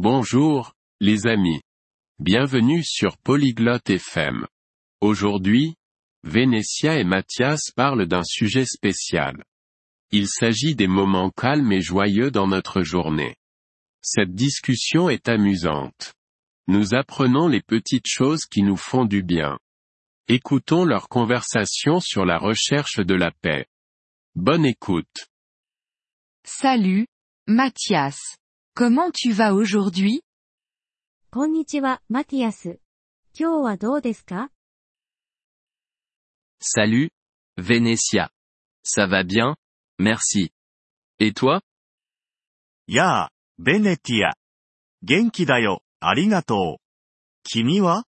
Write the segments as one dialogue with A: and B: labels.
A: Bonjour, les amis. Bienvenue sur Polyglotte FM. Aujourd'hui, Vénétia et Mathias parlent d'un sujet spécial. Il s'agit des moments calmes et joyeux dans notre journée. Cette discussion est amusante. Nous apprenons les petites choses qui nous font du bien. Écoutons leur conversation sur la recherche de la paix. Bonne écoute.
B: Salut, Mathias. Comment tu vas aujourd'hui
C: こんにちは、マティアス。今日はどうですか
D: Salut, Vénétia. Ça va bien, merci. Et toi
E: やあ、ベネティア。元気だよ、ありがとう。君は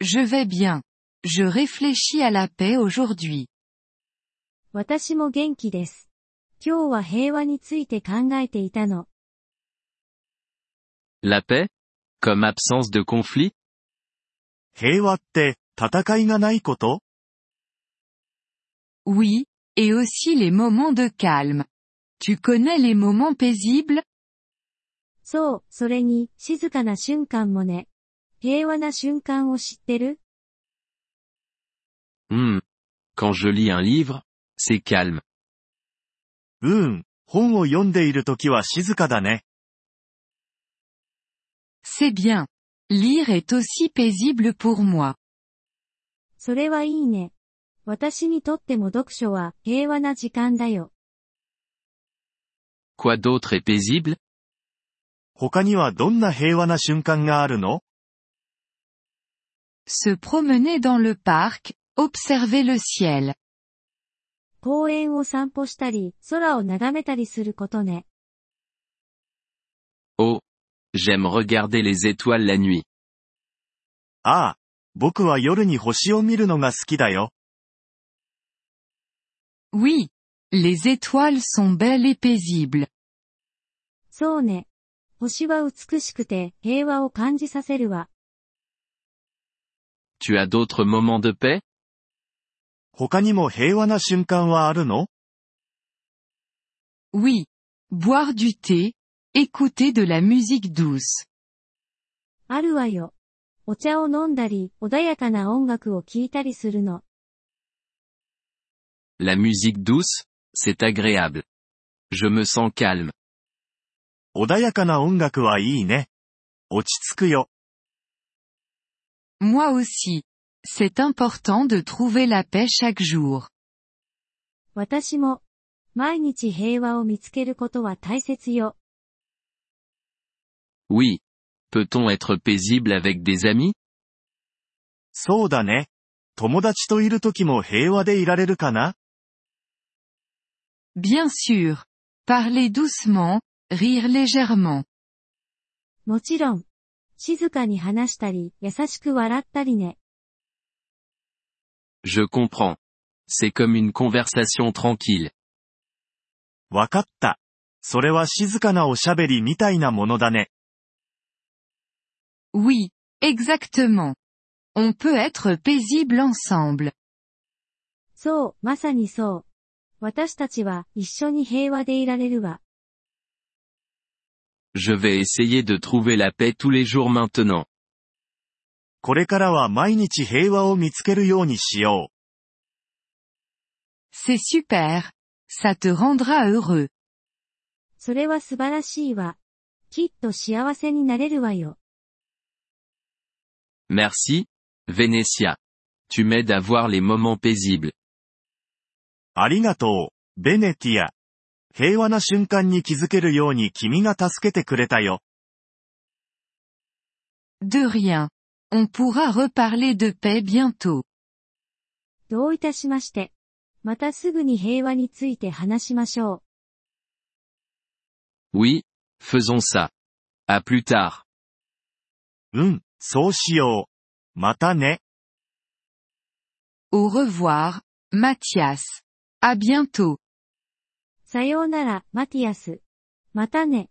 B: Je vais bien. Je réfléchis à la paix aujourd'hui.
C: 私も元気です。今日は平和について考えていたの。
D: La paix Comme absence de conflit
E: 平和って、戦いがないこと
B: Oui, et aussi les moments de calme. Tu connais les moments paisibles
C: そう、それに、静かな瞬間もね。平和な瞬間を知ってる
D: Hmm. Quand je lis un livre, c'est calme.
E: うん、本を読んでいる時は静かだね。
B: C'est bien. Lire est aussi paisible pour moi.
C: それはいいね。私にとっても読書は、平和な時間だよ。
D: Quoi d'autre est paisible
E: 他にはどんな平和な瞬間があるの
B: Se promener dans le parc, observer le ciel.
C: 公園を散歩したり、空を眺めたりすることね。
D: Oh. J'aime regarder les étoiles la nuit.
E: ああ、僕は夜に星を見るのが好きだよ。
B: Oui. Les étoiles sont belles et paisibles.
C: そうね。星は美しくて、平和を感じさせるわ。
D: Tu as d'autres moments de paix
E: 他にも平和な瞬間はあるの
B: Oui. Boire du thé, écouter de la musique douce.
C: あるわよ。お茶を飲んだり、穏やかな音楽を聴いたりするの。
D: La musique douce, c'est agréable. Je me sens calme.
E: 穏やかな音楽はいいね。落ち着くよ。
B: Moi aussi. C'est important de trouver la paix chaque jour.
C: 私も、毎日平和を見つけることは大切よ。
D: Oui. Peut-on être paisible avec des amis
E: そうだね。友達といる時も平和でいられるかな
B: Bien sûr. Parler doucement, rire légèrement.
C: もちろん、静かに話したり、優しく笑ったりね。
D: Je comprends. C'est comme une conversation tranquille.
E: わかった。それは静かなおしゃべりみたいなものだね。
B: Oui, exactement. On peut être paisible ensemble.
C: そう、まさにそう。私たちは一緒に平和でいられるわ。
D: Je vais essayer de trouver la paix tous les jours maintenant.
E: これからは毎日平和を見つけるようにしよ
B: C'est super. Ça te rendra heureux.
C: それは素晴らしいわ。きっと幸せになれるわよ。
D: Merci, Vénétia. Tu m'aides à voir les moments paisibles.
E: う。ありがとう、ベネティア。平和な瞬間に気づけるように君が助けてくれたよ。
B: De rien. On pourra reparler de paix bientôt.
C: どういたしまして。またすぐに平和について話しましょう。
D: Oui, faisons ça. À plus tard.
E: うん、そうしよう。またね。
B: Au revoir, Mathias. À bientôt.
C: さようなら、マティアス。またね。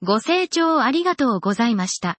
F: ご清聴ありがとうございました。